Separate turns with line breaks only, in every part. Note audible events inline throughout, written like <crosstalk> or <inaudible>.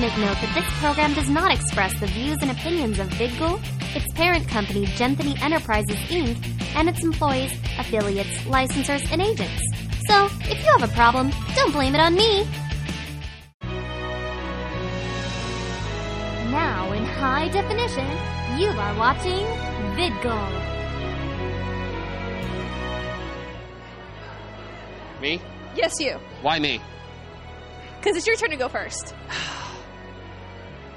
make note that this program does not express the views and opinions of VidGul, its parent company, Genthany Enterprises Inc., and its employees, affiliates, licensors, and agents. So, if you have a problem, don't blame it on me. Now, in high definition, you are watching VidGul.
Me?
Yes, you.
Why me?
Because it's your turn to go first.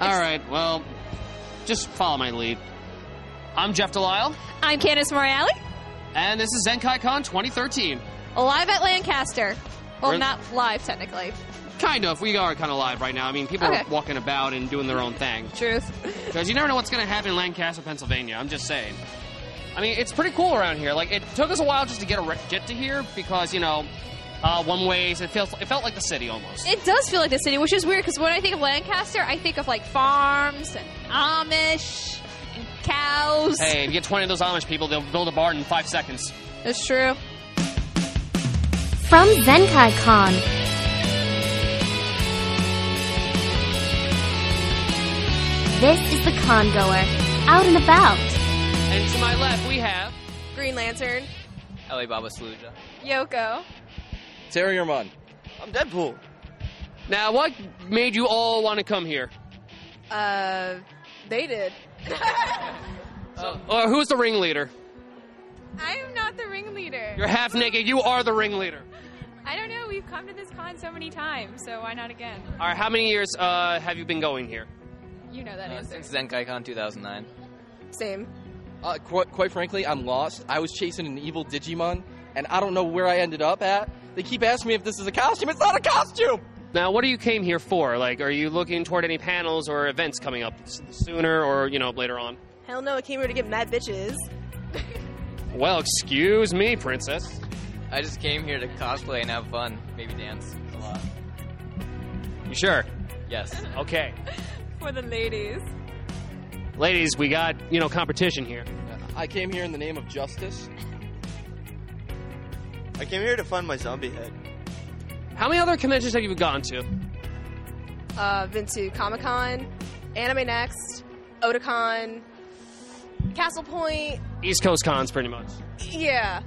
All right, well, just follow my lead. I'm Jeff Delisle,
I'm Candice Morale,
and this is Zenkai Con 2013.
live at Lancaster. Well,
We're-
not live technically.
Kind of, we are kind of live right now. I mean, people
Okay.
are walking about and doing their own thing.
Truth.
Because you never know what's going to happen in Lancaster, Pennsylvania. I'm just saying. I mean, it's pretty cool around here. Like, it took us a while just to get a re- get to here because, you know, uh, one ways, it, feels, it felt like the city almost.
It does feel like the city, which is weird because when I think of Lancaster, I think of like farms and Amish and cows.
hey, if you get 20 of those Amish people, they'll build a barn in five seconds.
That's true.
From Zenkai Con, this is the congoer, out and about.
And to my left, we have.
Green Lantern,
LA Baba Saluja.
Yoko.
Terry Herman. I'm Deadpool.
Now, what made you all want to come here?
Uh, they did.
Uh, Or who's the ringleader?
I am not the ringleader.
You're half naked. You are the ringleader.
I don't know. We've come to this con so many times, so why not again?
All right, how many years uh, have you been going here?
You know that
Uh, since ZenkaiCon 2009.
Same.
Uh, qu- quite frankly, I'm lost. I was chasing an evil Digimon, and I don't know where I ended up at. They keep asking me if this is a costume. It's not a costume!
Now, what do you came here for? Like, are you looking toward any panels or events coming up s- sooner or, you know, later on?
Hell no, I came here to get mad bitches. <laughs>
Well, excuse me, princess.
I just came here to cosplay and have fun. Maybe dance a lot.
You sure?
Yes.
Okay.
For the ladies.
Ladies, we got, you know, competition here.
I came here in the name of justice.
I came here to find my zombie head.
How many other conventions have you gone to?
Uh, been to Comic Con, Anime Next, Otakon, Castle Point.
East Coast cons, pretty much.
<laughs>
Yeah.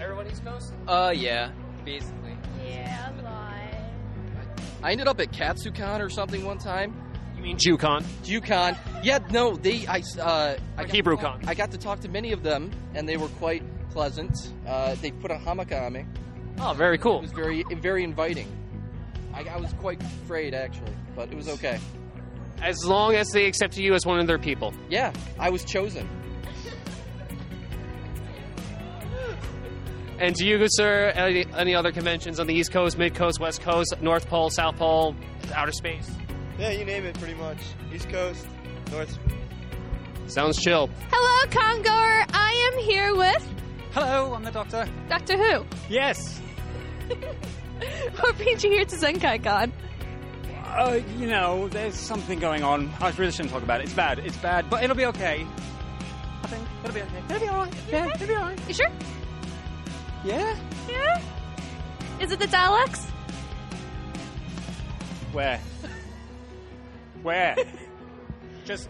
Everyone East Coast?
Uh, yeah. Basically.
yeah, a lot.
I ended up at KatsuCon or something one time.
You mean JuCon?
JuCon. Yeah, no, they. I. s- Uh, I
Or
got to
Hebrew
talk-
con.
I got to talk to many of them, and they were quite pleasant. Uh, they put a hammock on me.
Oh, very
It
cool.
was very, very inviting. I, I was quite afraid, actually, but it was okay.
As long as they accept you as one of their people.
Yeah, I was chosen.
And do you, sir, any, any other conventions on the East Coast, Mid Coast, West Coast, North Pole, South Pole, outer space?
Yeah, you name it pretty much. East Coast, North.
Sounds chill.
Hello, Congoer. I am here with
Hello, I'm the Doctor.
Doctor Who. <laughs>
Yes.
What brings you here to ZenkaiCon?
Uh, you know, there's something going on. I really shouldn't talk about it. It's bad. It's bad, but it'll be okay. I think it'll be okay. It'll be alright. Yeah, it'll be alright.
You sure?
Yeah.
Yeah. Is it the Daleks?
Where? Where? just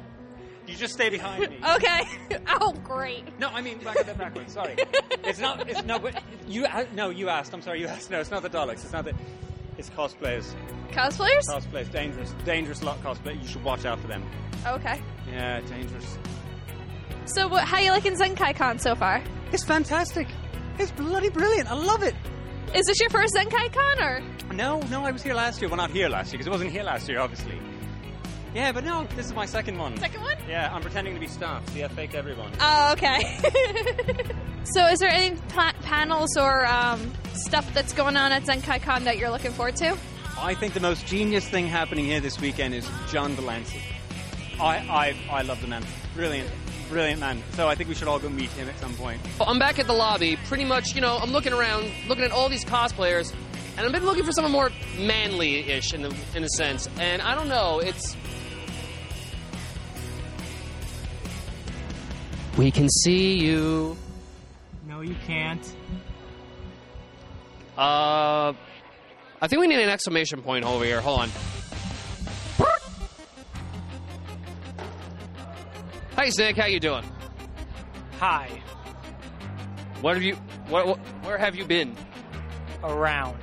you just stay behind me.
Okay. <laughs> oh, great.
No, I mean back that backwards. Sorry, it's not. It's no. But you a- no, you asked. I'm sorry, you asked. No, it's not the Daleks. It's not the. It's cosplayers.
Cosplayers?
Cosplayers. Dangerous. Dangerous lot cosplay. You should watch out for them.
Okay.
Yeah, dangerous.
So, what, how you liking ZenkaiCon so far?
It's fantastic. It's bloody brilliant. I love it.
Is this your first ZenkaiCon or?
No, no, I was here last year. Well, not here last year because it wasn't here last year, obviously. Yeah, but no, this is my second one.
Second one?
yeah, I'm pretending to be staff. See, I faked everyone.
Oh, okay. <laughs> so, is there any pla- panels or um, stuff that's going on at ZenkaiCon that you're looking forward to?
I think the most genius thing happening here this weekend is John Delancey. I, I, I love the man. Brilliant, brilliant man. So I think we should all go meet him at some point.
Well, I'm back at the lobby. Pretty much, you know, I'm looking around, looking at all these cosplayers, and I've been looking for someone more manly-ish in the in a sense. And I don't know, it's. We can see you.
No, you can't.
Uh, I think we need an exclamation point over here. Hold on. Hey, Zig, how you doing?
Hi.
What have you? What, what, where have you been?
Around.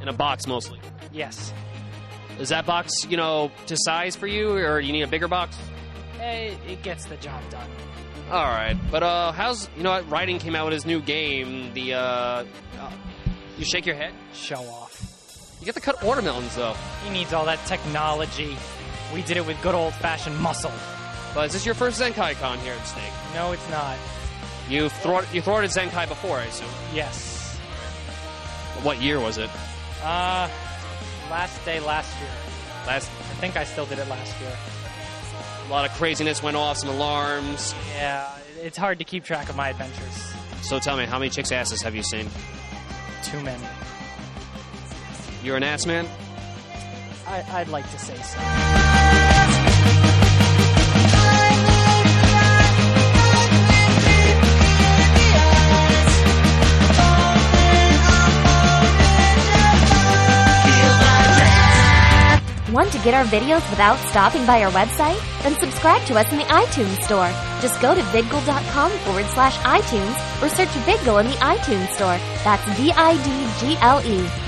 In a box, mostly.
Yes.
Is that box, you know, to size for you, or you need a bigger box?
Eh, It gets the job done.
All right, but uh, how's you know what? Writing came out with his new game. The uh, uh, you shake your head.
Show off.
You get to cut watermelons though.
He needs all that technology. We did it with good old fashioned muscle.
But is this your first Zenkai con here at Snake?
No, it's not.
You've thwart, you thwarted Zenkai before, I assume.
Yes.
What year was it?
Uh, last day last year.
Last.
I think I still did it last year.
A lot of craziness went off, some alarms.
Yeah, it's hard to keep track of my adventures.
So tell me, how many chicks' asses have you seen?
Too many.
You're an ass man.
I, I'd like to say so.
Want to get our videos without stopping by our website? Then subscribe to us in the iTunes store. Just go to vidgle.com forward slash iTunes or search Vidgle in the iTunes store. That's V-I-D-G-L-E.